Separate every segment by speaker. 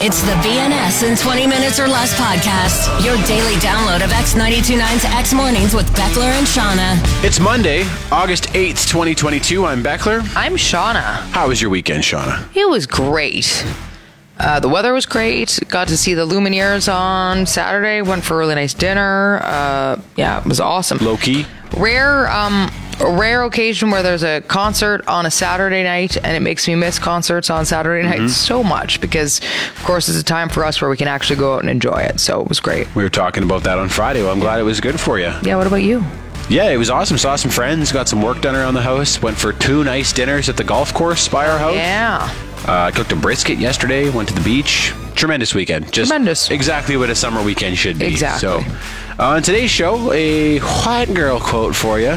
Speaker 1: It's the BNS in 20 Minutes or Less podcast, your daily download of X929's X Mornings with Beckler and Shauna.
Speaker 2: It's Monday, August 8th, 2022. I'm Beckler.
Speaker 3: I'm Shauna.
Speaker 2: How was your weekend, Shauna?
Speaker 3: It was great. Uh, the weather was great. Got to see the Lumineers on Saturday. Went for a really nice dinner. Uh, yeah, it was awesome.
Speaker 2: Low key?
Speaker 3: Rare, um, a rare occasion where there's a concert on a Saturday night, and it makes me miss concerts on Saturday night so much because, of course, it's a time for us where we can actually go out and enjoy it. So it was great.
Speaker 2: We were talking about that on Friday. Well, I'm glad it was good for you.
Speaker 3: Yeah. What about you?
Speaker 2: Yeah, it was awesome. Saw some friends, got some work done around the house, went for two nice dinners at the golf course by our house.
Speaker 3: Yeah.
Speaker 2: Uh, I cooked a brisket yesterday, went to the beach. Tremendous weekend. Just
Speaker 3: Tremendous.
Speaker 2: Exactly what a summer weekend should be.
Speaker 3: Exactly.
Speaker 2: So, uh, on today's show, a white girl quote for you.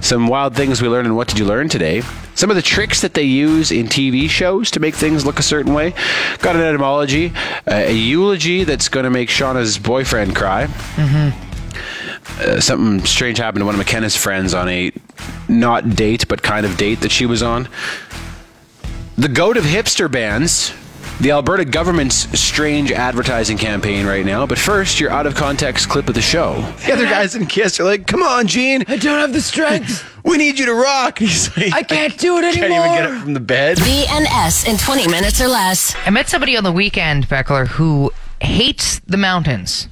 Speaker 2: Some wild things we learned and what did you learn today? Some of the tricks that they use in TV shows to make things look a certain way. Got an etymology, a eulogy that's going to make Shauna's boyfriend cry
Speaker 3: Mm-hmm.
Speaker 2: Uh, something strange happened to one of McKenna's friends on a not date, but kind of date that she was on. The goat of hipster bands. The Alberta government's strange advertising campaign right now, but first, your out of context clip of the show. The other guys in Kiss are like, Come on, Gene,
Speaker 4: I don't have the strength.
Speaker 2: we need you to rock. He's like,
Speaker 4: I can't do it
Speaker 2: can't
Speaker 4: anymore.
Speaker 2: even get up from the bed.
Speaker 1: BNS in 20 Minutes or Less.
Speaker 3: I met somebody on the weekend, Beckler, who hates the mountains.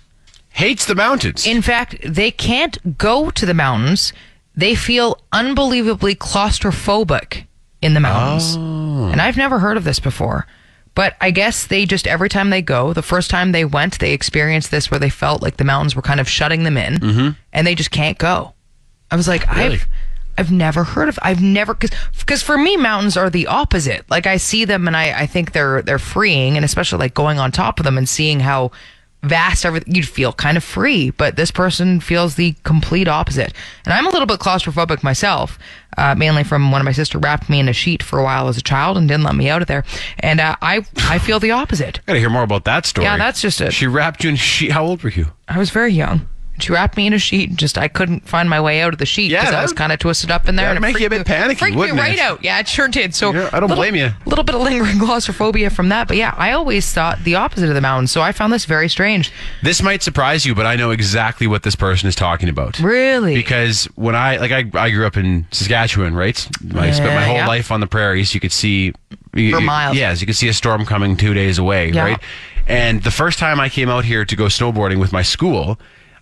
Speaker 2: Hates the mountains.
Speaker 3: In fact, they can't go to the mountains. They feel unbelievably claustrophobic in the mountains. And I've never heard of this before. But I guess they just, every time they go, the first time they went, they experienced this where they felt like the mountains were kind of shutting them in and they just can't go. I was like, I've. I've never heard of. I've never because for me mountains are the opposite. Like I see them and I, I think they're they're freeing and especially like going on top of them and seeing how vast everything you'd feel kind of free. But this person feels the complete opposite. And I'm a little bit claustrophobic myself, uh, mainly from when my sister wrapped me in a sheet for a while as a child and didn't let me out of there. And uh, I I feel the opposite.
Speaker 5: Gotta hear more about that story.
Speaker 3: Yeah, that's just it.
Speaker 5: She wrapped you in she. How old were you?
Speaker 3: I was very young. She wrapped me in a sheet. and Just I couldn't find my way out of the sheet
Speaker 5: Yeah,
Speaker 3: because I
Speaker 5: that
Speaker 3: was
Speaker 5: would-
Speaker 3: kind of twisted up in there.
Speaker 5: that'd
Speaker 3: and it
Speaker 5: make you a
Speaker 3: freaked
Speaker 5: bit
Speaker 3: me-
Speaker 5: panicky,
Speaker 3: Freaked
Speaker 5: wouldn't
Speaker 3: me right
Speaker 5: it?
Speaker 3: out. Yeah, it sure did. So
Speaker 5: Yeah, I don't
Speaker 3: little-
Speaker 5: blame you.
Speaker 3: Little bit of lingering claustrophobia from that, but yeah, I always thought the opposite of the mountain. So I found this very strange.
Speaker 5: This might surprise you, but I know exactly what this person is talking about.
Speaker 3: Really?
Speaker 5: Because when I like I, I grew up in Saskatchewan, right? I spent my
Speaker 3: Yeah,
Speaker 5: whole
Speaker 3: yeah.
Speaker 5: life on the prairies. You could see
Speaker 3: For miles.
Speaker 5: Yes, you could see a storm coming two days away,
Speaker 3: Yeah.
Speaker 5: right? And the first time I came out here to go snowboarding with my school,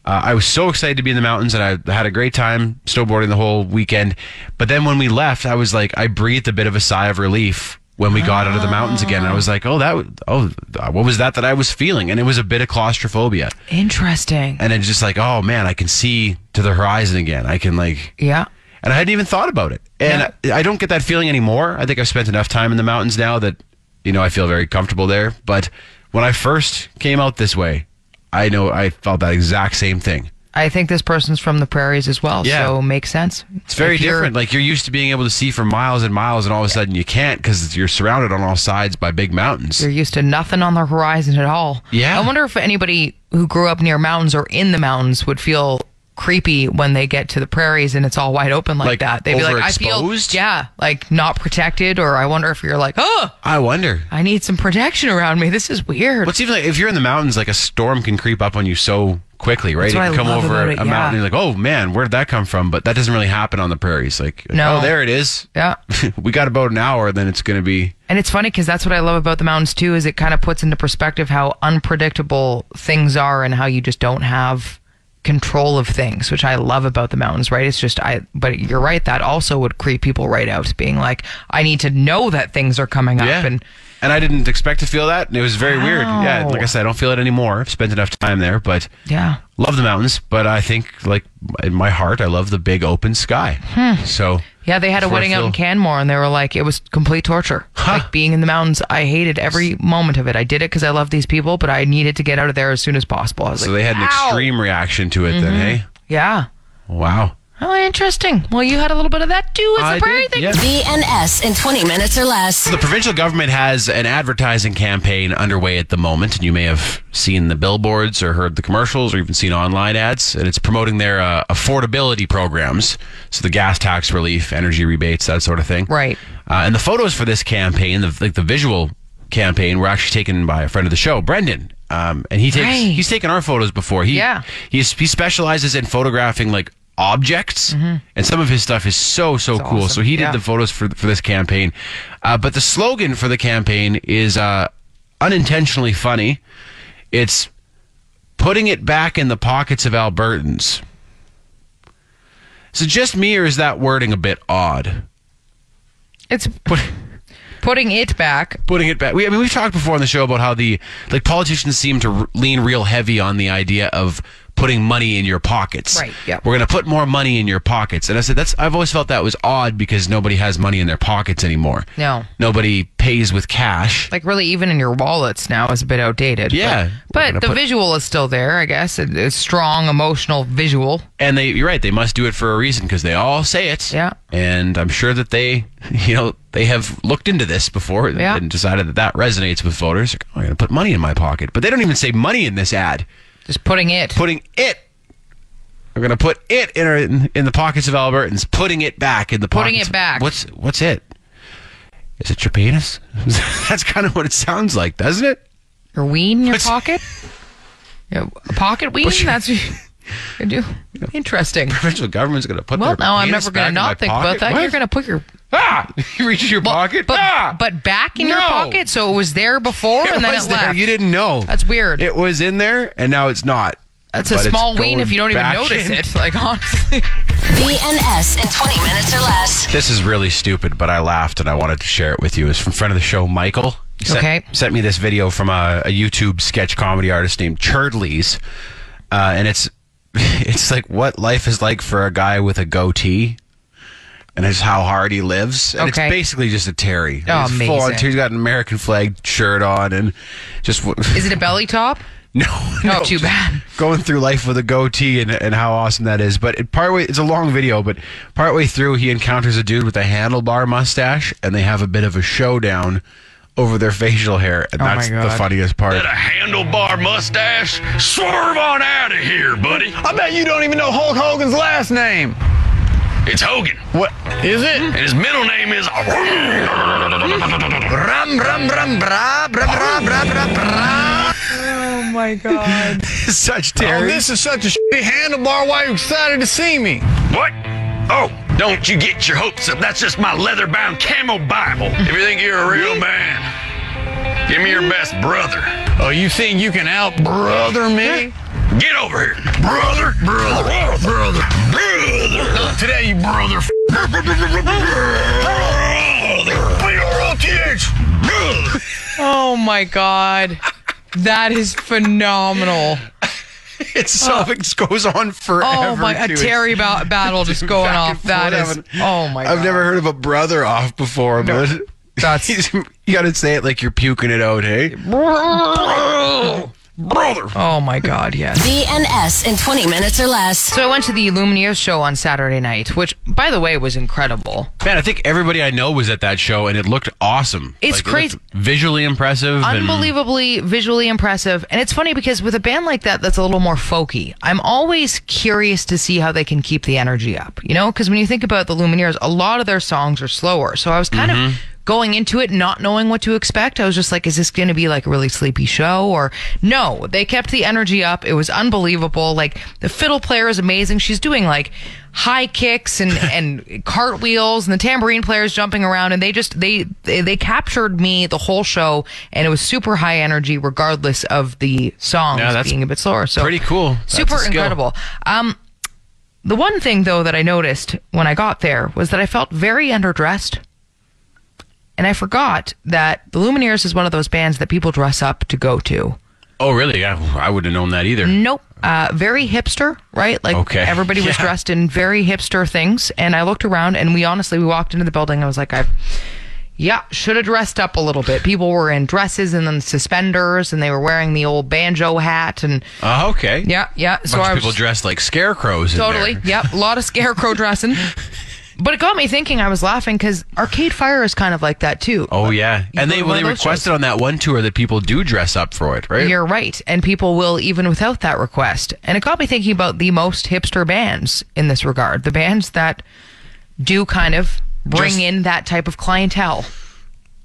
Speaker 5: uh, I was so excited to be in the mountains, and I had a great time snowboarding the whole weekend. But then when we left, I was like, I breathed a bit of a sigh of relief when we got out of the mountains again. And I was like, oh, that, w- oh, what was that that I was feeling? And it was a bit of claustrophobia
Speaker 3: Interesting.
Speaker 5: and it's just like, oh man, I can see to the horizon again. I can like,
Speaker 3: Yeah.
Speaker 5: and I hadn't even thought about it. And I, I don't get that feeling anymore. I think I've spent enough time in the mountains now that, you know, I feel very comfortable there. But when I first came out this way, I know I felt that exact same thing.
Speaker 3: I think this person's from the prairies as well.
Speaker 5: Yeah.
Speaker 3: So makes sense.
Speaker 5: It's very
Speaker 3: If you're-
Speaker 5: different. Like you're used to being able to see for miles and miles, and all of a sudden you can't because you're surrounded on all sides by big mountains.
Speaker 3: You're used to nothing on the horizon at all.
Speaker 5: Yeah.
Speaker 3: I wonder if anybody who grew up near mountains or in the mountains would feel creepy when they get to the prairies and it's all wide open like,
Speaker 5: Like,
Speaker 3: that. They'd be like, I feel,
Speaker 5: overexposed?
Speaker 3: yeah, like not protected. Or I wonder if you're like, oh,
Speaker 5: I wonder.
Speaker 3: I need some protection around me. This is weird.
Speaker 5: What's even like, if you're in the mountains, like a storm can creep up on you so quickly, right?
Speaker 3: That's what
Speaker 5: it can
Speaker 3: I
Speaker 5: come
Speaker 3: love
Speaker 5: over
Speaker 3: about
Speaker 5: a
Speaker 3: it, yeah.
Speaker 5: mountain, and you're like, oh man, where'd that come from? But that doesn't really happen on the prairies. Like,
Speaker 3: No.
Speaker 5: oh, there it is.
Speaker 3: yeah.
Speaker 5: we got about an hour, then it's going to be.
Speaker 3: And it's funny because that's what I love about the mountains too. Is it kind of puts into perspective how unpredictable things are and how you just don't have control of things, which I love about the mountains. Right? It's just I. But you're right. That also would creep people right out, being like, I need to know that things are coming up.
Speaker 5: Yeah.
Speaker 3: And
Speaker 5: And I didn't expect to feel that, and it was very weird. Yeah,
Speaker 3: Wow.
Speaker 5: like I said, I don't feel it anymore. I've spent enough time there, but
Speaker 3: yeah,
Speaker 5: love the mountains. But I think, like in my heart, I love the big open sky.
Speaker 3: Hmm.
Speaker 5: So
Speaker 3: yeah. They had a
Speaker 5: Before I
Speaker 3: wedding out in
Speaker 5: feel-
Speaker 3: Canmore, and they were like, it was complete torture. Like being in the mountains, I hated every moment of it. I did it because I love these people, but I needed to get out of there as soon as possible. I was
Speaker 5: so
Speaker 3: like,
Speaker 5: they had an extreme reaction to it.
Speaker 3: Mm-hmm.
Speaker 5: Then, hey,
Speaker 3: yeah.
Speaker 5: wow.
Speaker 3: Oh, interesting. Well, you had a little bit of that too. It's a
Speaker 5: I
Speaker 3: prairie
Speaker 5: did,
Speaker 3: thing.
Speaker 5: yeah.
Speaker 1: BNS in 20 Minutes or Less.
Speaker 5: The provincial government has an advertising campaign underway at the moment, and you may have seen the billboards or heard the commercials or even seen online ads. And it's promoting their uh, affordability programs, so the gas tax relief, energy rebates, that sort of thing.
Speaker 3: Right.
Speaker 5: Uh, and the photos for this campaign, the, like the visual campaign were actually taken by a friend of the show, Brendan. Um, and he takes
Speaker 3: Right.
Speaker 5: he's taken our photos before. He
Speaker 3: Yeah.
Speaker 5: he's, he specializes in photographing like objects, and some of his stuff is so so
Speaker 3: That's
Speaker 5: cool.
Speaker 3: Mm-hmm. awesome.
Speaker 5: So he did
Speaker 3: Yeah.
Speaker 5: the photos for for this campaign, uh, but the slogan for the campaign is uh, unintentionally funny. It's putting it back in the pockets of Albertans. So just me, or is that wording a bit odd?
Speaker 3: It's
Speaker 5: Put,
Speaker 3: putting it back.
Speaker 5: putting it back. We, I mean, we've talked before on the show about how the like politicians seem to r- lean real heavy on the idea of putting money in your pockets.
Speaker 3: Right, yeah.
Speaker 5: We're gonna put more money in your pockets, and I said that's. I've always felt that was odd because nobody has money in their pockets anymore.
Speaker 3: No.
Speaker 5: Nobody pays with cash.
Speaker 3: Like really, even in your wallets now is a bit outdated. but-
Speaker 5: Yeah. We're
Speaker 3: but,
Speaker 5: gonna
Speaker 3: the
Speaker 5: put-
Speaker 3: visual is still there. I guess it, it's strong emotional visual.
Speaker 5: and they you're right they must do it for a reason because they all say it
Speaker 3: Yeah.
Speaker 5: and i'm sure that they you know they have looked into this before and-
Speaker 3: Yeah.
Speaker 5: and decided that that resonates with voters oh, i'm going to put money in my pocket but they don't even say money in this ad
Speaker 3: Just putting it.
Speaker 5: putting it we're going to put it in, our, in in the pockets of albertans putting it back in the
Speaker 3: Putting
Speaker 5: pockets
Speaker 3: it back.
Speaker 5: what's what's it is it your penis that's kind of what it sounds like doesn't it
Speaker 3: your wean in your
Speaker 5: Puts-
Speaker 3: pocket. Yeah, a pocket wean.
Speaker 5: Push-
Speaker 3: That's what you- you do. Interesting.
Speaker 5: provincial government's going to put
Speaker 3: Well,
Speaker 5: their
Speaker 3: now I'm
Speaker 5: penis
Speaker 3: never
Speaker 5: back
Speaker 3: going to
Speaker 5: in my
Speaker 3: not think
Speaker 5: pocket?
Speaker 3: about that.
Speaker 5: What?
Speaker 3: You're going to put your
Speaker 5: ah you reach your
Speaker 3: Well,
Speaker 5: pocket
Speaker 3: but
Speaker 5: ah!
Speaker 3: but back in your
Speaker 5: No.
Speaker 3: pocket, so it was there before,
Speaker 5: It
Speaker 3: and then
Speaker 5: was
Speaker 3: it
Speaker 5: there.
Speaker 3: left.
Speaker 5: You didn't know.
Speaker 3: That's weird.
Speaker 5: It was in there, and now it's not.
Speaker 3: That's a
Speaker 5: But it's
Speaker 3: small
Speaker 5: going
Speaker 3: wean if you don't even
Speaker 5: back
Speaker 3: notice
Speaker 5: in.
Speaker 3: it. Like honestly,
Speaker 1: BNS in 20 minutes or less.
Speaker 5: This is really stupid, but I laughed and I wanted to share it with you. It's from friend of the show, Michael. He sent-
Speaker 3: Okay.
Speaker 5: Sent me this video from a, a YouTube sketch comedy artist named Churdleys, uh, and it's it's like what life is like for a guy with a goatee. And it's how hard he lives. And
Speaker 3: Okay.
Speaker 5: it's basically just a Terry.
Speaker 3: Oh,
Speaker 5: He's full on-
Speaker 3: amazing.
Speaker 5: he's got an American flag shirt on and just.
Speaker 3: is it a belly top?
Speaker 5: No,
Speaker 3: Oh,
Speaker 5: no,
Speaker 3: too bad.
Speaker 5: Going through life with a goatee and, and how awesome that is. But it, partway, it's a long video, but partway through, he encounters a dude with a handlebar mustache, and they have a bit of a showdown over their facial hair, and
Speaker 3: Oh my
Speaker 5: that's the
Speaker 3: God.
Speaker 5: funniest part.
Speaker 4: That a handlebar mustache? Swerve on out of here, buddy. I bet you don't even know Hulk Hogan's last name. It's Hogan. What is it? And his middle name is. Ram ram ram bra bra bra bra bra bra.
Speaker 5: Such terror.
Speaker 6: This is such a shitty handlebar. Why are you excited to see me?
Speaker 4: What? Oh, don't you get your hopes up. That's just my leather-bound camel Bible. If you think you're a real man, give me your best brother.
Speaker 6: Oh, you think you can out brother me?
Speaker 4: Get over here. Brother, brother, brother, brother. Today, you brother. Brother. B-R-O-T-H. Brother.
Speaker 3: Oh my god, that is phenomenal.
Speaker 5: It's so it goes on forever.
Speaker 3: Oh my, a
Speaker 5: too. It's
Speaker 3: Terry ba- battle just going
Speaker 5: back and
Speaker 3: off. That
Speaker 5: forth.
Speaker 3: is.
Speaker 5: I haven't-
Speaker 3: Oh my.
Speaker 5: I've
Speaker 3: God.
Speaker 5: never heard of a brother off before, but
Speaker 3: that's-
Speaker 5: he's- you got to say it like you're puking it out, hey?
Speaker 4: Brother.
Speaker 3: Oh my god, yes.
Speaker 1: BNS in 20 minutes or less.
Speaker 3: So I went to the Lumineers show on Saturday night, which, by the way, was incredible.
Speaker 5: Man, I think everybody I know was at that show, and it looked awesome.
Speaker 3: It's
Speaker 5: it looked
Speaker 3: crazy.
Speaker 5: visually impressive. and-
Speaker 3: unbelievably visually impressive. And it's funny because with a band like that, that's a little more folky. I'm always curious to see how they can keep the energy up, you know? Because when you think about the Lumineers, a lot of their songs are slower. So I was kind of going into it not knowing what to expect. I was just like, is this going to be like a really sleepy show? Or no, they kept the energy up. It was unbelievable. Like the fiddle player is amazing. She's doing like high kicks and and cartwheels and the tambourine players jumping around and they just they, they they captured me the whole show and it was super high energy regardless of the songs
Speaker 5: Yeah, that's
Speaker 3: being a bit slower so
Speaker 5: pretty cool. That's a
Speaker 3: super
Speaker 5: skill.
Speaker 3: incredible um the one thing though that i noticed when i got there was that i felt very underdressed and i forgot that the lumineers is one of those bands that people dress up to go to
Speaker 5: Oh, really? Yeah, I wouldn't have known that either.
Speaker 3: Nope. Uh, very hipster, right? Like
Speaker 5: Okay.
Speaker 3: everybody was
Speaker 5: Yeah.
Speaker 3: dressed in very hipster things. And I looked around and we honestly, we walked into the building. I was like, I, yeah, should have dressed up a little bit. People were in dresses and then suspenders and they were wearing the old banjo hat. And
Speaker 5: Oh, okay.
Speaker 3: yeah, yeah.
Speaker 5: Bunch
Speaker 3: So
Speaker 5: of
Speaker 3: I was
Speaker 5: people
Speaker 3: just-
Speaker 5: dressed like scarecrows. in
Speaker 3: Totally.
Speaker 5: there.
Speaker 3: Yep. A lot of scarecrow dressing. But it got me thinking. I was laughing because Arcade Fire is kind of like that too.
Speaker 5: Oh yeah,
Speaker 3: You
Speaker 5: and
Speaker 3: go
Speaker 5: they
Speaker 3: to
Speaker 5: well,
Speaker 3: one
Speaker 5: they
Speaker 3: of those
Speaker 5: requested on that one tour that people do dress up for it, right?
Speaker 3: You're right. And people will even without that request. And it got me thinking about the most hipster bands in this regard. The bands that do kind of bring
Speaker 5: Just-
Speaker 3: in that type of clientele.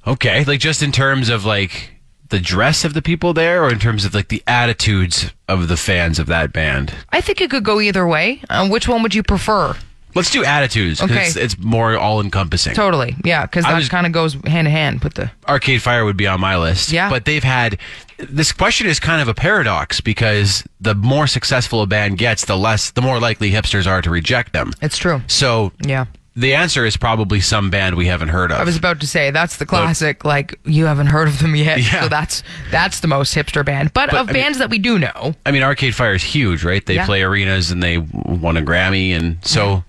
Speaker 5: Okay. Like just in terms of like the dress of the people there or in terms of like the attitudes of the fans of that band?
Speaker 3: I think it could go either way. Um, which one would you prefer?
Speaker 5: Let's do attitudes 'cause
Speaker 3: Okay.
Speaker 5: it's, it's more all encompassing.
Speaker 3: Totally. Yeah, because
Speaker 5: I
Speaker 3: that
Speaker 5: was-
Speaker 3: kind of goes hand in hand with the.
Speaker 5: Arcade Fire would be on my list.
Speaker 3: Yeah.
Speaker 5: But they've had this question is kind of a paradox because the more successful a band gets, the less the more likely hipsters are to reject them.
Speaker 3: It's true.
Speaker 5: So
Speaker 3: Yeah.
Speaker 5: the answer is probably some band we haven't heard of.
Speaker 3: I was about to say that's the classic. Like you haven't heard of them yet,
Speaker 5: Yeah.
Speaker 3: so that's that's the most hipster band. But, of
Speaker 5: I mean-
Speaker 3: bands that we do know,
Speaker 5: I mean, Arcade Fire is huge, right? They
Speaker 3: Yeah.
Speaker 5: play arenas and they won a Grammy, and so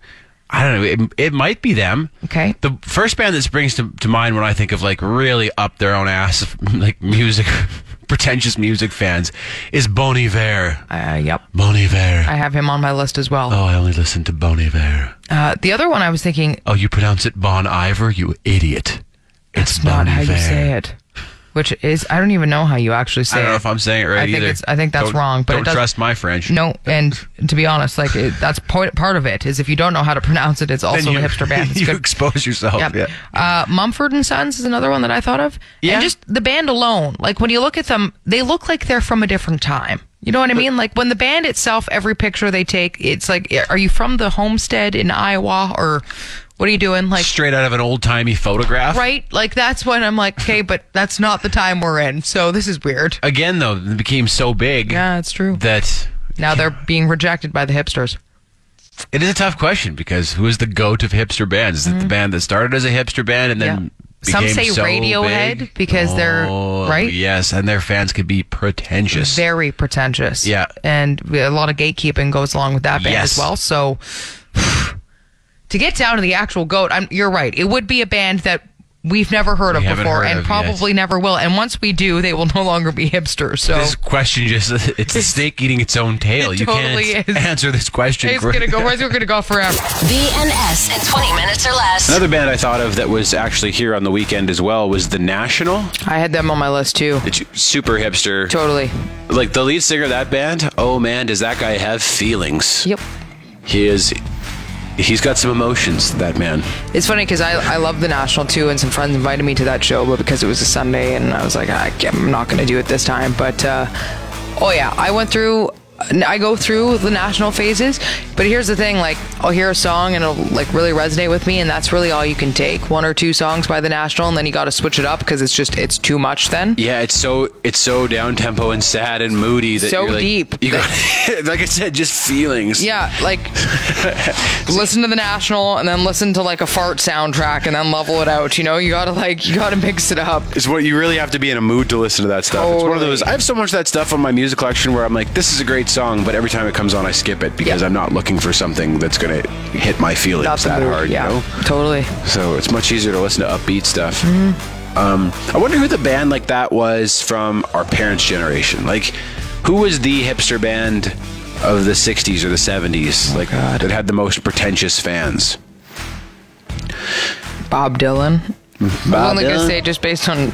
Speaker 5: I don't know. It, it might be them.
Speaker 3: Okay.
Speaker 5: The first band that springs to, to mind when I think of like really up their own ass like music, pretentious music fans, is Bon Iver.
Speaker 3: uh, yep,
Speaker 5: Bon Iver.
Speaker 3: I have him on my list as well.
Speaker 5: oh, I only listen to Bon Iver.
Speaker 3: Uh, the other one I was thinking,
Speaker 5: Oh, you pronounce it Bon Iver, you idiot. It's
Speaker 3: it's
Speaker 5: Bon
Speaker 3: not how you
Speaker 5: Iver.
Speaker 3: say it, which is I don't even know how you actually say
Speaker 5: I
Speaker 3: it.
Speaker 5: don't know if I'm saying it right
Speaker 3: I think
Speaker 5: either.
Speaker 3: it's- I think that's
Speaker 5: Don't-
Speaker 3: wrong, but it
Speaker 5: don't
Speaker 3: does-
Speaker 5: trust my French.
Speaker 3: No, and to be honest, like it, that's point, part of it is if you don't know how to pronounce it, it's
Speaker 5: Then
Speaker 3: also
Speaker 5: you,
Speaker 3: a hipster band. It's
Speaker 5: you
Speaker 3: good.
Speaker 5: expose yourself.
Speaker 3: Yep.
Speaker 5: Yeah.
Speaker 3: Uh, Mumford and Sons is another one that I thought of.
Speaker 5: Yeah.
Speaker 3: And just the band alone, like when you look at them, they look like they're from a different time. You know what I mean? Like when the band itself, every picture they take, it's like, eh, are you from the homestead in Iowa or what are you doing? Like,
Speaker 5: Straight out of an old timey photograph.
Speaker 3: right? Like that's when I'm like, okay, but that's not the time we're in. So this is weird.
Speaker 5: again though it became so big
Speaker 3: Yeah, it's true.
Speaker 5: that
Speaker 3: Now they're being rejected by the hipsters.
Speaker 5: it is a tough question because who is the goat of hipster bands is it the band that started as a hipster band and then
Speaker 3: Mm-hmm. Some
Speaker 5: became
Speaker 3: say
Speaker 5: so
Speaker 3: Radiohead
Speaker 5: big?
Speaker 3: because they're-
Speaker 5: Oh,
Speaker 3: right?
Speaker 5: yes and their fans could be pretentious
Speaker 3: Very pretentious.
Speaker 5: Yeah.
Speaker 3: And a lot of gatekeeping goes along with that band
Speaker 5: Yes.
Speaker 3: as well. So to get down to the actual goat, I'm, you're right. It would be a band that we've never heard of
Speaker 5: haven't
Speaker 3: before
Speaker 5: heard
Speaker 3: and
Speaker 5: of,
Speaker 3: probably never will. And once we do, they will no longer be hipsters. So
Speaker 5: this question just it's a snake eating its own tail
Speaker 3: It
Speaker 5: you
Speaker 3: totally
Speaker 5: can't
Speaker 3: is.
Speaker 5: answer this question
Speaker 3: it's going to go, we're going to go forever.
Speaker 1: BNS in 20 minutes or less.
Speaker 2: Another band I thought of that was actually here on the weekend as well was The National.
Speaker 3: I had them on my list too.
Speaker 2: It's super hipster.
Speaker 3: Totally.
Speaker 2: Like the lead singer of that band, oh man, does that guy have feelings?
Speaker 3: Yep.
Speaker 2: He is. He's got some emotions, that man.
Speaker 3: It's funny because I, I love the National too, and some friends invited me to that show, but because it was a Sunday, and I was like, I, can't- I'm not going to do it this time. But uh, oh yeah, I went through. I go through the national phases, but here's the thing: like, I'll hear a song and it'll like really resonate with me, and that's really all you can take. One or two songs by the national, and then you got to switch it up because it's just it's too much. Then
Speaker 2: Yeah, it's so it's so down tempo and sad and moody that
Speaker 3: So
Speaker 2: you're like,
Speaker 3: deep.
Speaker 2: You got, like I said, just feelings.
Speaker 3: yeah, like listen to the national, and then listen to like a fart soundtrack, and then level it out. You know, you gotta like you gotta mix it up.
Speaker 2: It's what you really have to be in a mood to listen to that stuff. It's one of
Speaker 3: Totally.
Speaker 2: those. I have so much of that stuff on my music collection where I'm like, this is a great song, but every time it comes on, I skip it because
Speaker 3: Yeah.
Speaker 2: I'm not looking for something that's going to hit my feelings
Speaker 3: Not the
Speaker 2: that
Speaker 3: mood,
Speaker 2: hard.
Speaker 3: yeah,
Speaker 2: You know?
Speaker 3: totally.
Speaker 2: So it's much easier to listen to upbeat stuff.
Speaker 3: Mm-hmm.
Speaker 2: Um, I wonder who the band like that was from our parents' generation. Like, who was the hipster band of the '60s or the '70s? like that had the most pretentious fans.
Speaker 3: Bob Dylan. I
Speaker 2: Bob
Speaker 3: was only gonna
Speaker 2: Dylan?
Speaker 3: say just based on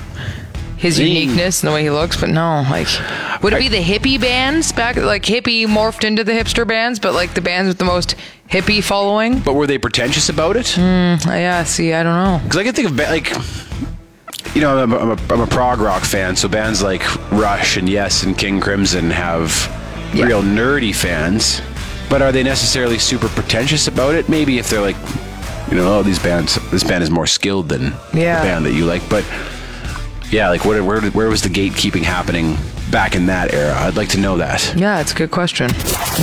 Speaker 3: his
Speaker 2: Mm.
Speaker 3: uniqueness and the way he looks, but no, like would it be the hippie bands back? Like hippie morphed into the hipster bands, but like the bands with the most hippie following. Uh,
Speaker 2: But were they pretentious about it?
Speaker 3: Yeah, see, I don't know.
Speaker 2: Because I can think of ba- like, you know, I'm a, I'm, a, I'm a prog rock fan, so bands like Rush and Yes and King Crimson have
Speaker 3: Yeah.
Speaker 2: real nerdy fans. But are they necessarily super pretentious about it? Maybe if they're like, you know, oh, these bands, this band is more skilled than
Speaker 3: Yeah.
Speaker 2: the band that you like. But yeah, like where where where was the gatekeeping happening back in that era? I'd like to know that.
Speaker 3: Yeah, it's a good question.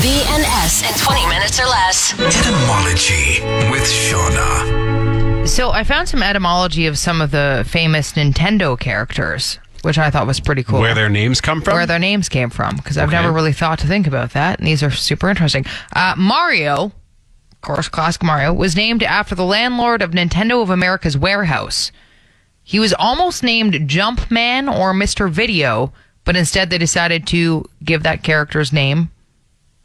Speaker 1: BNS in 20 minutes or less.
Speaker 7: Etymology with Shauna.
Speaker 3: So I found some etymology of some of the famous Nintendo characters, which I thought was pretty cool.
Speaker 5: where their names come from
Speaker 3: where their names came from because I've never really thought to think about that. And these are super interesting. Uh, Mario, of course, classic Mario, was named after the landlord of Nintendo of America's warehouse. He was almost named Jumpman or Mr. Video, but instead they decided to give that character's name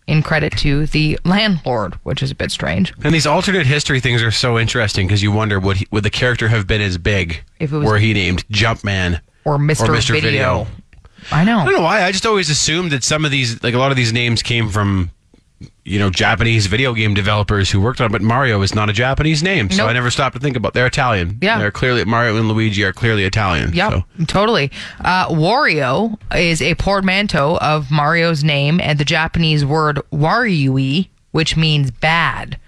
Speaker 3: in credit to the landlord, which is a bit strange.
Speaker 5: and these alternate history things are so interesting because you wonder would he, would the character have been as big
Speaker 3: If it was-
Speaker 5: were he named Jumpman
Speaker 3: Or Mr.
Speaker 5: Mr. Video.
Speaker 3: I know.
Speaker 5: I don't know why. I just always assumed that some of these, like a lot of these names, came from you know, Japanese video game developers who worked on it, but Mario is not a Japanese name. So
Speaker 3: Nope.
Speaker 5: I never stopped to think about they're Italian.
Speaker 3: Yeah.
Speaker 5: They're clearly Mario and Luigi are clearly Italian.
Speaker 3: Yep,
Speaker 5: So
Speaker 3: totally. Uh, Wario is a portmanteau of Mario's name and the Japanese word wariui, which means bad.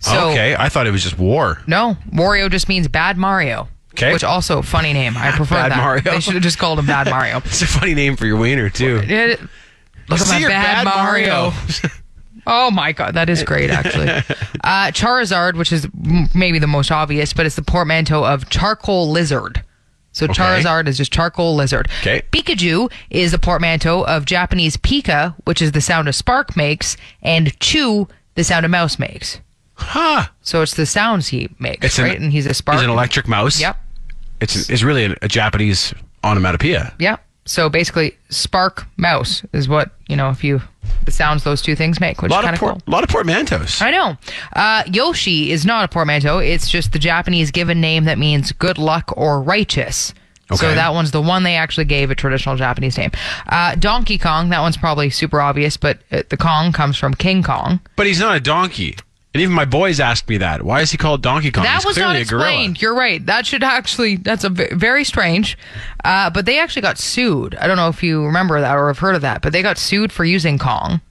Speaker 3: So,
Speaker 5: Okay. I thought it was just war.
Speaker 3: No, Wario just means bad Mario.
Speaker 5: 'Kay.
Speaker 3: Which also funny name. I prefer
Speaker 5: Bad
Speaker 3: that.
Speaker 5: Mario.
Speaker 3: They should have just called him Bad Mario.
Speaker 5: It's a funny name for your wiener too.
Speaker 3: Eh, Look at
Speaker 5: See
Speaker 3: my
Speaker 5: your bad
Speaker 3: bad, Mario.
Speaker 5: Mario.
Speaker 3: oh my god, that is great actually. Uh, Charizard, which is m- maybe the most obvious, but it's the portmanteau of charcoal lizard. So Charizard is just charcoal lizard.
Speaker 5: Okay.
Speaker 3: Pikachu is the portmanteau of Japanese pika, which is the sound a spark makes, and chew, the sound a mouse makes.
Speaker 5: Huh.
Speaker 3: So it's the sounds he makes,
Speaker 5: It's an-
Speaker 3: right? and he's a spark.
Speaker 5: He's an electric mouse.
Speaker 3: Yep.
Speaker 5: It's it's really a, a Japanese onomatopoeia.
Speaker 3: Yeah. So basically, spark mouse is what you know if you the sounds those two things make, which
Speaker 5: A
Speaker 3: is
Speaker 5: lot
Speaker 3: kind
Speaker 5: of
Speaker 3: of
Speaker 5: port,
Speaker 3: cool.
Speaker 5: lot of portmanteaus.
Speaker 3: I know. Uh, Yoshi is not a portmanteau. It's just the Japanese given name that means good luck or righteous. So
Speaker 5: Okay.
Speaker 3: that one's the one they actually gave a traditional Japanese name. Uh, Donkey Kong, that one's probably super obvious, but uh, the Kong comes from King Kong.
Speaker 5: But he's not a donkey. And even my boys asked me that. Why is he called Donkey Kong?
Speaker 3: That
Speaker 5: he's
Speaker 3: was
Speaker 5: clearly
Speaker 3: not
Speaker 5: a gorilla.
Speaker 3: explained. You're right. That should actually, that's a ve- very strange. Uh, but they actually got sued. I don't know if you remember that or have heard of that, but they got sued for using Kong.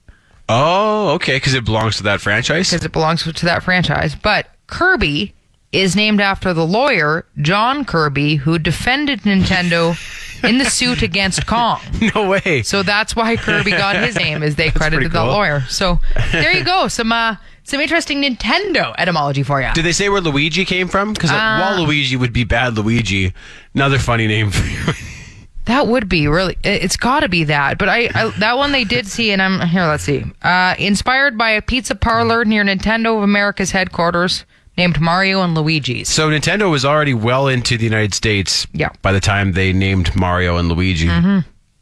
Speaker 5: Oh, okay, because it belongs to that franchise.
Speaker 3: because it belongs to that franchise. But Kirby is named after the lawyer John Kirby who defended Nintendo in the suit against Kong.
Speaker 5: No way.
Speaker 3: So that's why Kirby got his name is they credited
Speaker 5: pretty
Speaker 3: the
Speaker 5: cool.
Speaker 3: lawyer. So there you go. Some uh, some interesting Nintendo etymology for you.
Speaker 5: Did they say where Luigi came from? Because
Speaker 3: Uh.
Speaker 5: Waluigi would be bad Luigi. Another funny name for you.
Speaker 3: That would be really. it- It's got to be that. But I, I that one they did see, and I'm here. Let's see. Uh, inspired by a pizza parlor near Nintendo of America's headquarters, named Mario and Luigi's.
Speaker 5: So Nintendo was already well into the United States.
Speaker 3: Yeah. Mm-hmm.
Speaker 5: By the time they named Mario and Luigi,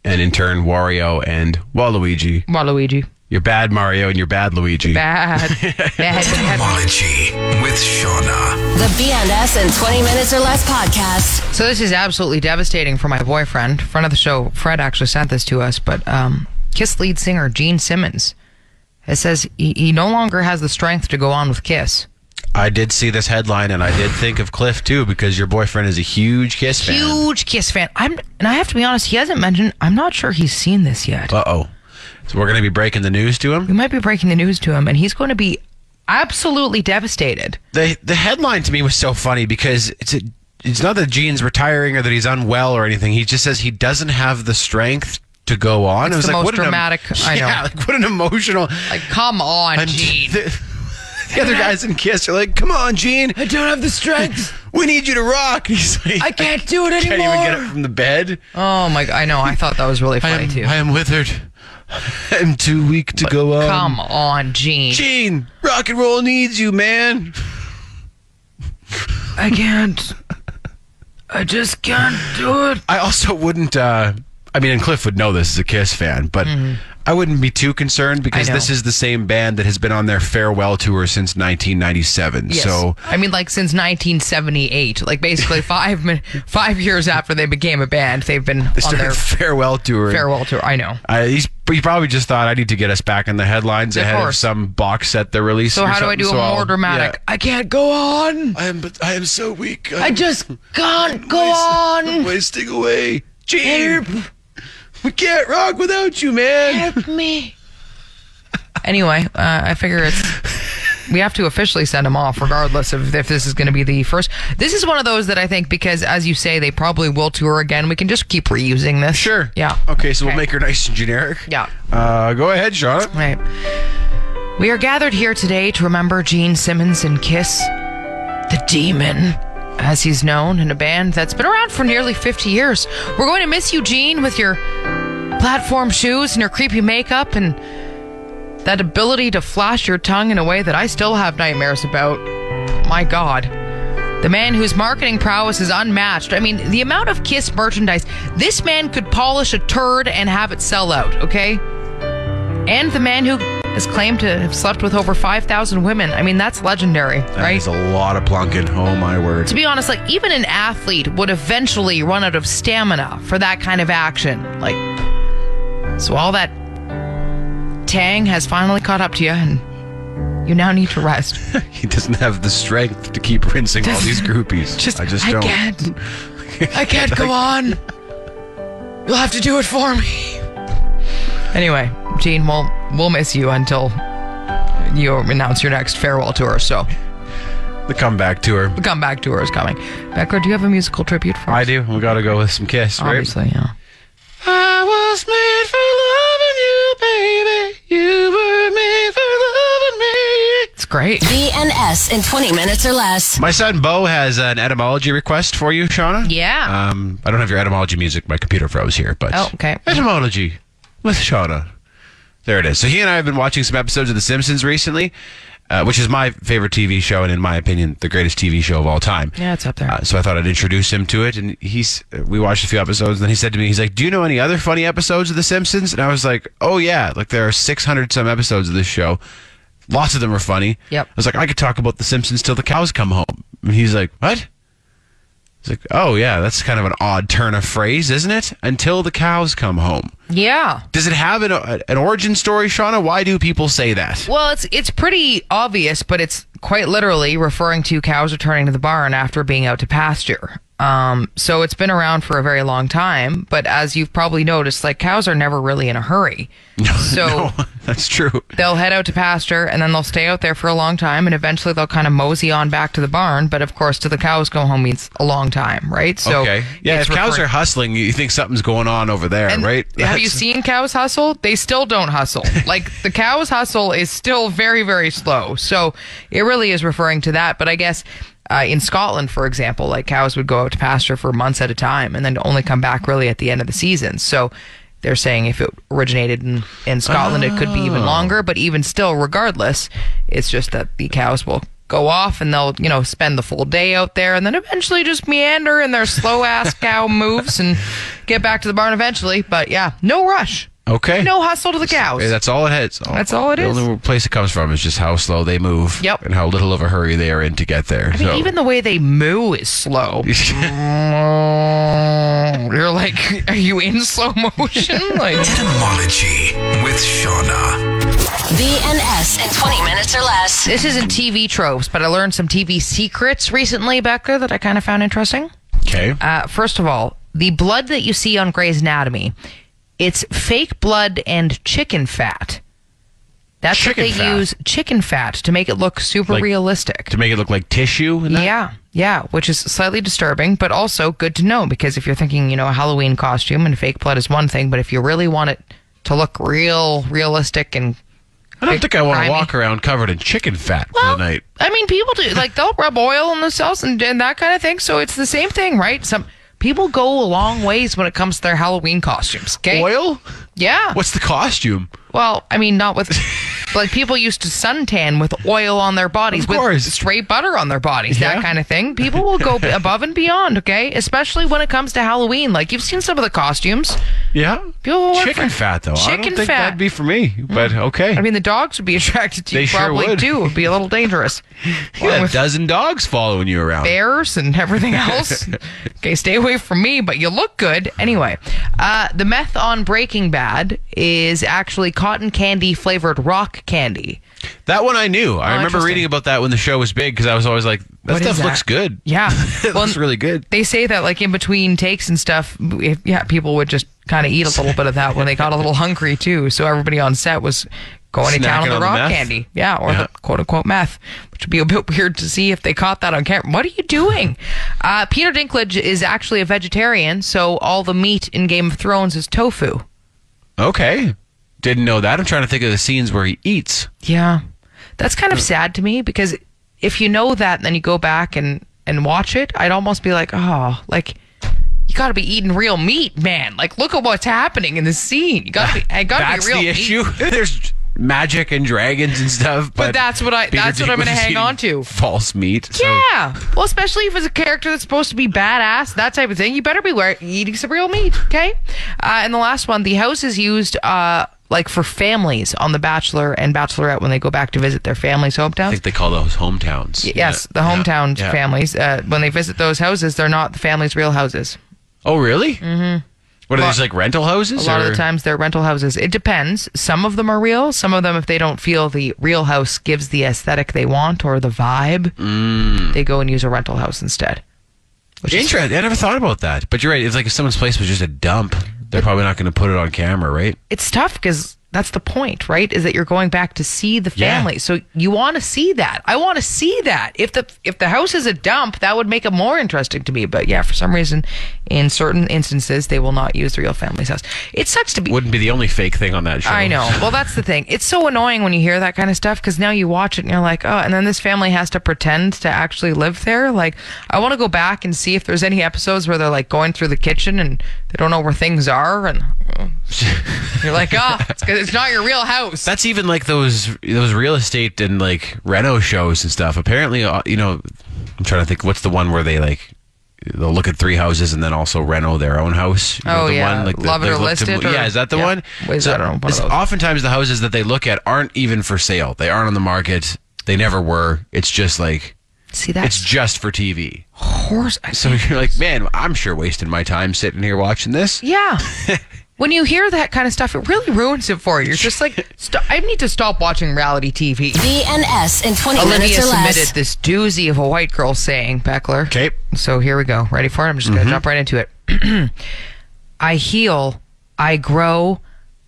Speaker 5: and in turn Wario and Waluigi.
Speaker 3: Waluigi.
Speaker 5: You're bad Mario and you're bad Luigi.
Speaker 3: bad. bad, bad.
Speaker 7: Etymology with Shauna.
Speaker 1: The BNS in 20 minutes or less podcast.
Speaker 3: So this is absolutely devastating for my boyfriend. Friend of the show, Fred actually sent this to us, but um, Kiss lead singer Gene Simmons. It says he, he no longer has the strength to go on with Kiss.
Speaker 5: I did see this headline and I did think of Cliff too because your boyfriend is a huge Kiss fan.
Speaker 3: Huge Kiss fan. I'm, and I have to be honest, he hasn't mentioned. I'm not sure he's seen this yet.
Speaker 5: Uh oh. So we're gonna be breaking the news to him.
Speaker 3: we might be breaking the news to him, and he's going to be absolutely devastated.
Speaker 5: the the headline to me was so funny because it's a, it's not that Gene's retiring or that he's unwell or anything. He just says he doesn't have the strength to go on.
Speaker 3: It's
Speaker 5: it was
Speaker 3: the
Speaker 5: like
Speaker 3: most
Speaker 5: what an em-
Speaker 3: dramatic- I know.
Speaker 5: Yeah, like, what an emotional.
Speaker 3: Like, come on,
Speaker 5: I'm-
Speaker 3: Gene.
Speaker 5: The, the other guys in Kiss are like, "Come on, Gene, I don't have the strength. we need you to rock." He's like,
Speaker 3: I can't do it
Speaker 5: Can't even get
Speaker 3: anymore."
Speaker 5: up from the bed.
Speaker 3: Oh my! I know. I thought that was really funny too.
Speaker 5: am withered. I'm too weak to go on.
Speaker 3: come on, Gene.
Speaker 5: Gene, rock and roll needs you, man.
Speaker 3: I can't. I just can't do it.
Speaker 5: I also wouldn't. Uh, I mean, and Cliff would know this as a Kiss fan, but I wouldn't be too concerned because
Speaker 3: Mm-hmm. I know.
Speaker 5: this is the same band that has been on their farewell tour since 1997. So
Speaker 3: I mean, like since 1978, like basically five min- five years after they became a band, they've been
Speaker 5: they
Speaker 3: on
Speaker 5: started
Speaker 3: their
Speaker 5: farewell tour.
Speaker 3: farewell tour. I know.
Speaker 5: I, he's, he probably just thought I need to get us back in the headlines
Speaker 3: Of
Speaker 5: ahead of
Speaker 3: course.
Speaker 5: some box set they're releasing.
Speaker 3: So
Speaker 5: or
Speaker 3: how do I
Speaker 5: something,
Speaker 3: do a
Speaker 5: so I'll-
Speaker 3: more dramatic? I can't go on.
Speaker 5: yeah. I am, but I am so weak.
Speaker 3: I
Speaker 5: I'm
Speaker 3: just can't go
Speaker 5: wasting- I'm
Speaker 3: on.
Speaker 5: wasting away. Gene, we can't rock without you, man.
Speaker 3: Help me. Anyway, uh, I figure it's. We have to officially send him off, regardless of if this is going to be the first. This is one of those that I think, because as you say, they probably will tour again. We can just keep reusing this.
Speaker 5: Sure.
Speaker 3: Yeah.
Speaker 5: Okay, so
Speaker 3: Okay.
Speaker 5: we'll make her nice and generic.
Speaker 3: Yeah.
Speaker 5: Uh, go ahead, Sean.
Speaker 3: Right. We are gathered here today to remember Gene Simmons and Kiss, the demon, as he's known in a band that's been around for nearly 50 years. We're going to miss you, Gene, with your platform shoes and your creepy makeup and that ability to flash your tongue in a way that I still have nightmares about. My God. The man whose marketing prowess is unmatched. I mean, the amount of Kiss merchandise, this man could polish a turd and have it sell out, okay? and the man who has claimed to have slept with over 5,000 women. I mean, that's legendary, right?
Speaker 5: There's a lot of plunking. Oh my word.
Speaker 3: to be honest, like even an athlete would eventually run out of stamina for that kind of action. Like, so all that Tang has finally caught up to you, and you now need to rest.
Speaker 5: He doesn't have the strength to keep rinsing all these groupies.
Speaker 3: Just,
Speaker 5: I just don't.
Speaker 3: can't. I can't go on. You'll have to do it for me. Anyway, Gene, we'll we'll miss you until you announce your next farewell tour. So
Speaker 5: The comeback tour.
Speaker 3: the comeback tour is coming. Beckler, do you have a musical tribute for us?
Speaker 5: I do. We gotta go with some kiss, right?
Speaker 3: Obviously, yeah.
Speaker 5: I was made for loving you, baby. You were made for loving me.
Speaker 3: It's great.
Speaker 1: BNS in 20 minutes or less.
Speaker 5: My son Bo has an etymology request for you, Shauna.
Speaker 3: Yeah.
Speaker 5: Um, I don't have your etymology music. My computer froze here, but
Speaker 3: Oh, okay.
Speaker 5: etymology with Shauna. There it is. So he and I have been watching some episodes of The Simpsons recently, uh, which is my favorite TV show, and in my opinion, the greatest TV show of all time.
Speaker 3: Yeah, it's up there.
Speaker 5: Uh, so I thought I'd introduce him to it, and he's uh, we watched a few episodes, and then he said to me, he's like, "Do you know any other funny episodes of The Simpsons?" And I was like, "Oh yeah, like there are 600 some episodes of this show. Lots of them are funny."
Speaker 3: Yep.
Speaker 5: I was like, "I could talk about The Simpsons till the cows come home." And he's like, "What?" He's like, "Oh yeah, that's kind of an odd turn of phrase, isn't it? Until the cows come home."
Speaker 3: yeah.
Speaker 5: Does it have an, uh, an origin story, Shauna? Why do people say that?
Speaker 3: Well, it's it's pretty obvious, but it's quite literally referring to cows returning to the barn after being out to pasture. Um, so it's been around for a very long time, but as you've probably noticed, like cows are never really in a hurry. so
Speaker 5: That's true.
Speaker 3: they'll head out to pasture and then they'll stay out there for a long time and eventually they'll kind of mosey on back to the barn, but of course to the cows go home means a long time, right? So
Speaker 5: okay. Yeah,
Speaker 3: it's
Speaker 5: if cows
Speaker 3: referring-
Speaker 5: are hustling, you think something's going on over there,
Speaker 3: and
Speaker 5: right?
Speaker 3: Have you
Speaker 5: That's-
Speaker 3: seen cows hustle? They still don't hustle. like the cows hustle is still very, very slow. So it really is referring to that. But I guess uh, in Scotland, for example, like cows would go out to pasture for months at a time and then only come back really at the end of the season. So they're saying if it originated in, in Scotland, it could be even
Speaker 5: Oh.
Speaker 3: longer. But even still, regardless, it's just that the cows will go off and they'll you know spend the full day out there and then eventually just meander in their slow ass cow moves and get back to the barn eventually but yeah no rush
Speaker 5: Okay.
Speaker 3: no hustle to the cows
Speaker 5: Hey, that's all it is.
Speaker 3: That's all it
Speaker 5: it is.
Speaker 3: is.
Speaker 5: The only place it comes from is just how slow they move.
Speaker 3: Yep.
Speaker 5: And how little of a hurry they are in to get there.
Speaker 3: I mean, even the way they moo is slow. You're like, are you in slow motion? Like,
Speaker 7: Etymology with Shauna.
Speaker 1: BNS in 20 minutes or less.
Speaker 3: this isn't TV tropes, but I learned some TV secrets recently, Becca, that I kind of found interesting.
Speaker 5: okay.
Speaker 3: Uh, first of all, the blood that you see on Grey's Anatomy, it's fake blood and chicken fat. That's
Speaker 5: Chicken
Speaker 3: what they
Speaker 5: fat?
Speaker 3: use chicken fat to make it look super
Speaker 5: Like-
Speaker 3: realistic.
Speaker 5: to make it look like tissue. And that?
Speaker 3: Yeah, yeah, which is slightly disturbing, but also good to know because if you're thinking, you know, a Halloween costume and fake blood is one thing, but if you really want it to look real, realistic, and
Speaker 5: I don't think I want
Speaker 3: Grimy.
Speaker 5: to walk around covered in chicken fat for the night.
Speaker 3: I mean, people do like they'll rub oil on themselves and, and that kind of thing. So it's the same thing, right? Some people go a long ways when it comes to their Halloween costumes. Okay,
Speaker 5: Oil?
Speaker 3: yeah.
Speaker 5: What's the costume?
Speaker 3: Well, I mean, not with like people used to suntan with oil on their bodies,
Speaker 5: Of course.
Speaker 3: with stray butter on their bodies, that
Speaker 5: Yeah.
Speaker 3: kind of thing. People will go above and beyond, okay? Especially when it comes to Halloween. Like you've seen some of the costumes.
Speaker 5: Yeah.
Speaker 3: People will
Speaker 5: Chicken fat, though. I
Speaker 3: Chicken
Speaker 5: don't think
Speaker 3: fat.
Speaker 5: that'd be for me, but okay.
Speaker 3: I mean, the dogs would be attracted to you.
Speaker 5: They sure
Speaker 3: probably
Speaker 5: would.
Speaker 3: too. It'd be a little dangerous.
Speaker 5: you got
Speaker 3: Along
Speaker 5: a
Speaker 3: with
Speaker 5: dozen dogs following you around.
Speaker 3: bears and everything else. okay, stay away from me, but you look good. Anyway, uh, the meth on Breaking Bad is actually cotton candy flavored rock candy.
Speaker 5: That one I knew. I remember
Speaker 3: Oh, interesting.
Speaker 5: reading about that when the show was big because I was always like, that
Speaker 3: What is
Speaker 5: stuff
Speaker 3: that?
Speaker 5: looks good.
Speaker 3: Yeah.
Speaker 5: it
Speaker 3: Well,
Speaker 5: looks really good.
Speaker 3: they say that like in between takes and stuff if, yeah people would just kind of eat a little bit of that when they got a little hungry too so everybody on set was going to town on
Speaker 5: Snacking
Speaker 3: the
Speaker 5: on the
Speaker 3: rock
Speaker 5: meth?
Speaker 3: candy yeah or
Speaker 5: Yeah.
Speaker 3: the quote unquote meth which would be a bit weird to see if they caught that on camera what are you doing uh, peter dinklage is actually a vegetarian so all the meat in game of thrones is tofu
Speaker 5: Okay. Didn't know that. I'm trying to think of the scenes where he eats.
Speaker 3: Yeah. That's kind of sad to me because if you know that and then you go back and, and watch it, I'd almost be like, oh, like, you got to be eating real meat, man. Like, look at what's happening in this scene. You got to be, I got to
Speaker 5: That's
Speaker 3: be real
Speaker 5: the
Speaker 3: meat.
Speaker 5: issue. There's magic and dragons and stuff, but,
Speaker 3: that's what I- that's what I'm gonna
Speaker 5: Dinklage is
Speaker 3: hang
Speaker 5: eating
Speaker 3: on to.
Speaker 5: False meat. so-
Speaker 3: Yeah. Well, especially if it's a character that's supposed to be badass, that type of thing, you better be wear- eating some real meat, okay? Uh, and the last one, the house is used uh, like for families on The Bachelor and Bachelorette when they go back to visit their family's
Speaker 5: I
Speaker 3: hometowns.
Speaker 5: think they call those hometowns.
Speaker 3: Yes,
Speaker 5: Yeah.
Speaker 3: the hometown
Speaker 5: Yeah.
Speaker 3: families. Uh, when they visit those houses, they're not the family's real houses.
Speaker 5: Oh, really? What are these like rental
Speaker 3: A
Speaker 5: houses?
Speaker 3: lot of
Speaker 5: or-
Speaker 3: the times they're rental houses. It depends. Some of them are real. Some of them, if they don't feel the real house gives the aesthetic they want or the vibe,
Speaker 5: Mm.
Speaker 3: they go and use a rental house instead.
Speaker 5: Interesting. I never thought about that. But you're right. It's like if someone's place was just a dump, they're probably not going to put it on camera, right?
Speaker 3: It's tough because that's the point, right? Is that you're going back to see the
Speaker 5: Yeah.
Speaker 3: family. So you want to see that. I want to see that. If the if the house is a dump, that would make it more interesting to me. But yeah, for some reason, in certain instances, they will not use the real family's house. It sucks to be
Speaker 5: Wouldn't be the only fake thing on that show.
Speaker 3: I know. Well, that's the thing. It's so annoying when you hear that kind of stuff because now you watch it and you're like, oh, and then this family has to pretend to actually live there. Like, I want to go back and see if there's any episodes where they're like going through the kitchen and they don't know where things are. And you're like, oh, it's, 'cause it's not your real house.
Speaker 5: That's even like those those real estate and like reno shows and stuff. Apparently, uh, you know, I'm trying to think what's the one where they like they'll look at three houses and then also reno their own house. You know,
Speaker 3: Oh,
Speaker 5: the
Speaker 3: yeah.
Speaker 5: One, like
Speaker 3: Love it
Speaker 5: the
Speaker 3: or
Speaker 5: look
Speaker 3: list
Speaker 5: to-
Speaker 3: it or-
Speaker 5: yeah, is that the
Speaker 3: yeah.
Speaker 5: one?
Speaker 3: Wait, I don't know, one of
Speaker 5: it's
Speaker 3: those.
Speaker 5: Oftentimes, the houses that they look at aren't even for sale. They aren't on the market. They never were. It's just like
Speaker 3: see,
Speaker 5: it's
Speaker 3: that's
Speaker 5: just for TV.
Speaker 3: horse.
Speaker 5: So you're like, man, I'm sure wasting my time sitting here watching this.
Speaker 3: Yeah. When you hear that kind of stuff, it really ruins it for you. You're just like, st- I need to stop watching reality TV.
Speaker 1: BNS in 20
Speaker 3: Olivia
Speaker 1: minutes or less.
Speaker 3: submitted this doozy of a white girl saying, Beckler.
Speaker 5: Okay. Mm-hmm.
Speaker 3: So here we go. Ready for it? I'm just going to jump right into it. I heal, I grow,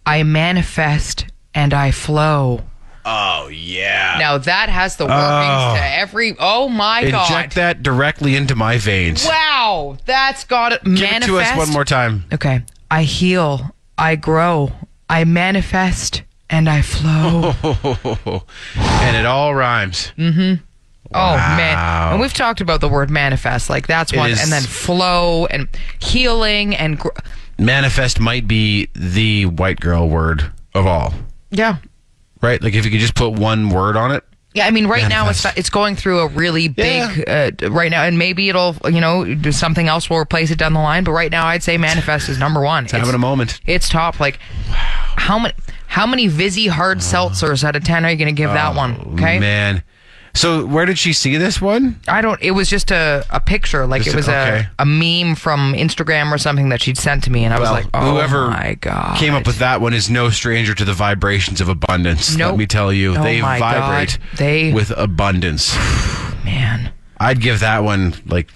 Speaker 3: I manifest, and I flow.
Speaker 5: Oh yeah.
Speaker 3: Now that has the workings to every. Oh my
Speaker 5: Ah. Inject
Speaker 3: God.
Speaker 5: that directly into my veins.
Speaker 3: Wow. That's got it.
Speaker 5: Give
Speaker 3: manifest.
Speaker 5: it to us one more time.
Speaker 3: Okay. I heal, I grow, I manifest, and I flow.
Speaker 5: and it all rhymes.
Speaker 3: Oh man! And we've talked about the word manifest, like that's one,
Speaker 5: is-
Speaker 3: and then flow and healing and gr-
Speaker 5: Manifest might be the white girl word of all,
Speaker 3: yeah,
Speaker 5: right? Like if you could just put one word on it.
Speaker 3: yeah. I mean, right now it's
Speaker 5: Manifest.
Speaker 3: it's going through a really
Speaker 5: Yeah.
Speaker 3: big uh, right now, and maybe it'll you know do something else will replace it down the line. But right now, I'd say manifest is number one. It's,
Speaker 5: having a moment.
Speaker 3: It's top. Like how many how many Vizzy hard seltzers out of ten are you going to give that one? Okay,
Speaker 5: Oh. Man. So where did she see this one?
Speaker 3: I don't. It was just a, a picture, like
Speaker 5: Just
Speaker 3: it
Speaker 5: a-
Speaker 3: was
Speaker 5: okay.
Speaker 3: a, a meme from Instagram or something that she'd sent to me, and I was like, oh
Speaker 5: whoever
Speaker 3: my god,
Speaker 5: came up with that one is no stranger to the vibrations of abundance.
Speaker 3: Nope.
Speaker 5: Let me tell you,
Speaker 3: Oh
Speaker 5: they
Speaker 3: my
Speaker 5: vibrate
Speaker 3: God. They-
Speaker 5: with abundance.
Speaker 3: man.
Speaker 5: I'd give that one like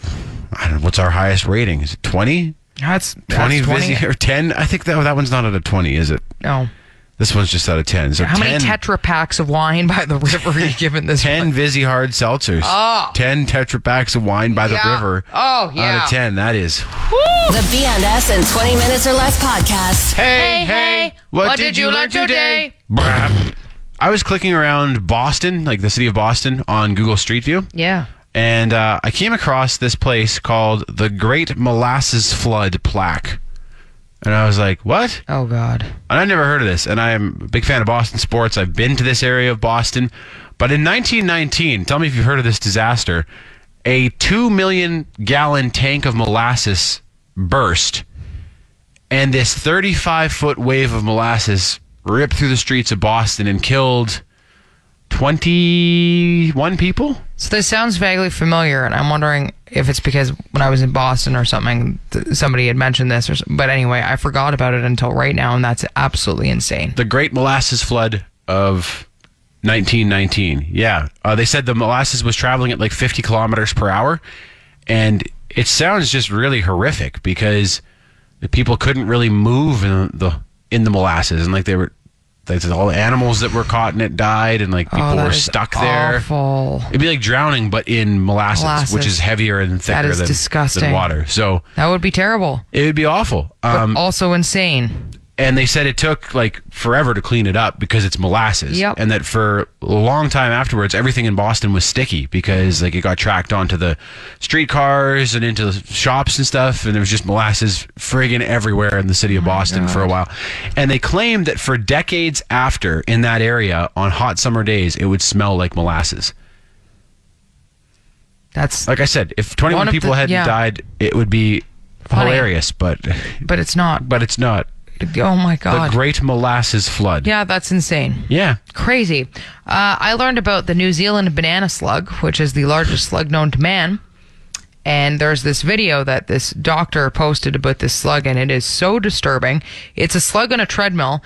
Speaker 5: I don't know what's our highest rating? Is it 20?
Speaker 3: That's
Speaker 5: 20,
Speaker 3: that's
Speaker 5: Visi- or 10? I think that that one's not out of 20, is it?
Speaker 3: No.
Speaker 5: This one's just out of 10. So
Speaker 3: How
Speaker 5: 10,
Speaker 3: many Tetra packs of wine by the river are you giving this?
Speaker 5: 10
Speaker 3: one?
Speaker 5: Vizzy hard seltzers. Oh. 10 Tetra packs of wine by the
Speaker 3: Yeah.
Speaker 5: river.
Speaker 3: Oh,
Speaker 5: Out
Speaker 3: yeah.
Speaker 5: of 10, that is.
Speaker 1: The BNS in 20 minutes or less podcast.
Speaker 5: Hey, Brap. I was clicking around Boston, like the city of Boston, on Google Street View.
Speaker 3: Yeah.
Speaker 5: and uh, I came across this place called the Great Molasses Flood Plaque. And I was like, what?
Speaker 3: Oh God.
Speaker 5: And I never heard of this. And I'm a big fan of Boston sports. I've been to this area of Boston. But in 1919, tell me if you've heard of this disaster, a 2 million gallon tank of molasses burst. And this 35 foot wave of molasses ripped through the streets of Boston and killed 21 people?
Speaker 3: So this sounds vaguely familiar, and I'm wondering if it's because when I was in Boston or something, th- somebody had mentioned this. Or, s- but anyway, I forgot about it until right now, and that's absolutely insane.
Speaker 5: the Great Molasses Flood of 1919. Yeah, uh, they said the molasses was traveling at like 50 kilometers per hour, and it sounds just really horrific because the people couldn't really move in the in the molasses, and like they were, they said all the animals that were caught in it died, and like people
Speaker 3: Oh, that
Speaker 5: were
Speaker 3: is
Speaker 5: stuck there.
Speaker 3: awful.
Speaker 5: It'd be like drowning, but in molasses,
Speaker 3: Molasses.
Speaker 5: which is heavier and thicker
Speaker 3: is
Speaker 5: than,
Speaker 3: disgusting.
Speaker 5: than water. So
Speaker 3: That would be terrible,
Speaker 5: it would be awful.
Speaker 3: but
Speaker 5: Um,
Speaker 3: also insane.
Speaker 5: and they said it took like forever to clean it up because it's molasses
Speaker 3: Yep.
Speaker 5: and that for a long time afterwards everything in boston was sticky because like it got tracked onto the streetcars and into the shops and stuff and there was just molasses friggin everywhere in the city
Speaker 3: Oh
Speaker 5: of boston for a while and they claimed that for decades after in that area on hot summer days it would smell like molasses
Speaker 3: That's
Speaker 5: like i said if
Speaker 3: One
Speaker 5: 21
Speaker 3: of
Speaker 5: people
Speaker 3: the-
Speaker 5: hadn't
Speaker 3: yeah.
Speaker 5: died it would be
Speaker 3: Funny.
Speaker 5: hilarious but
Speaker 3: but it's not.
Speaker 5: but it's not
Speaker 3: Oh my
Speaker 5: the
Speaker 3: God.
Speaker 5: great molasses flood
Speaker 3: yeah, that's insane.
Speaker 5: yeah
Speaker 3: Crazy. Uh, I learned about the New Zealand banana slug, which is the largest slug known to man. And there's this video that this doctor posted about this slug, and it is so disturbing. It's a slug on a treadmill.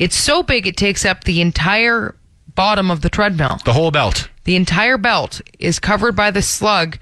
Speaker 3: It's so big it takes up the entire bottom of the treadmill.
Speaker 5: The whole belt.
Speaker 3: The entire belt is covered by this slug,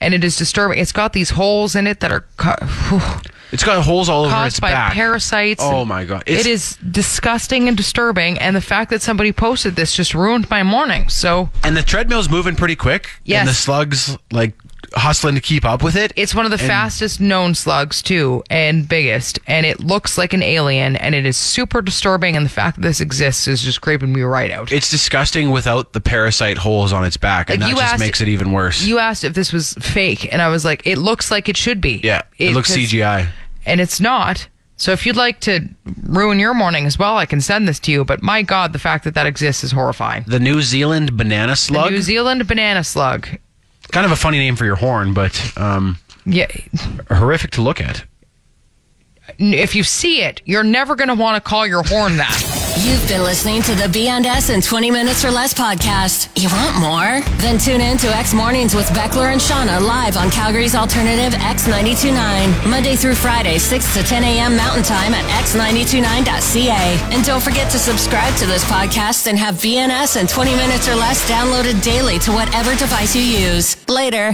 Speaker 3: and it is disturbing. It's got these holes in it that are co-
Speaker 5: It's got holes all over its
Speaker 3: caused by
Speaker 5: back.
Speaker 3: parasites.
Speaker 5: Oh
Speaker 3: and
Speaker 5: my god!
Speaker 3: it is disgusting and disturbing, and the fact that somebody posted this just ruined my morning. So
Speaker 5: and the treadmill's moving pretty quick.
Speaker 3: Yes.
Speaker 5: And the slugs like hustling to keep up with it.
Speaker 3: it's one of the fastest known slugs too, and biggest, and it looks like an alien, and it is super disturbing. And the fact that this exists is just creeping me right out.
Speaker 5: it's disgusting without the parasite holes on its back, and
Speaker 3: Like,
Speaker 5: that
Speaker 3: you
Speaker 5: just
Speaker 3: asked-
Speaker 5: makes it even worse.
Speaker 3: you asked if this was fake, and I was like, it looks like it should be.
Speaker 5: yeah, it, looks
Speaker 3: because-
Speaker 5: CGI.
Speaker 3: and it's not. So if you'd like to ruin your morning as well, I can send this to you. But my God, the fact that that exists is horrifying.
Speaker 5: The New Zealand banana slug,
Speaker 3: New Zealand banana slug.
Speaker 5: kind of a funny name for your horn, but um,
Speaker 3: Yeah,
Speaker 5: horrific to look at.
Speaker 3: if you see it, you're never going to want to call your horn that.
Speaker 1: You've been listening to the B&S in 20 Minutes or Less podcast. You want more? Then tune in to X Mornings with Beckler and Shauna live on Calgary's alternative X929, Monday through Friday, 6 to 10 a.m. Mountain Time at x929.ca. And don't forget to subscribe to this podcast and have BNS in 20 Minutes or Less downloaded daily to whatever device you use. Later.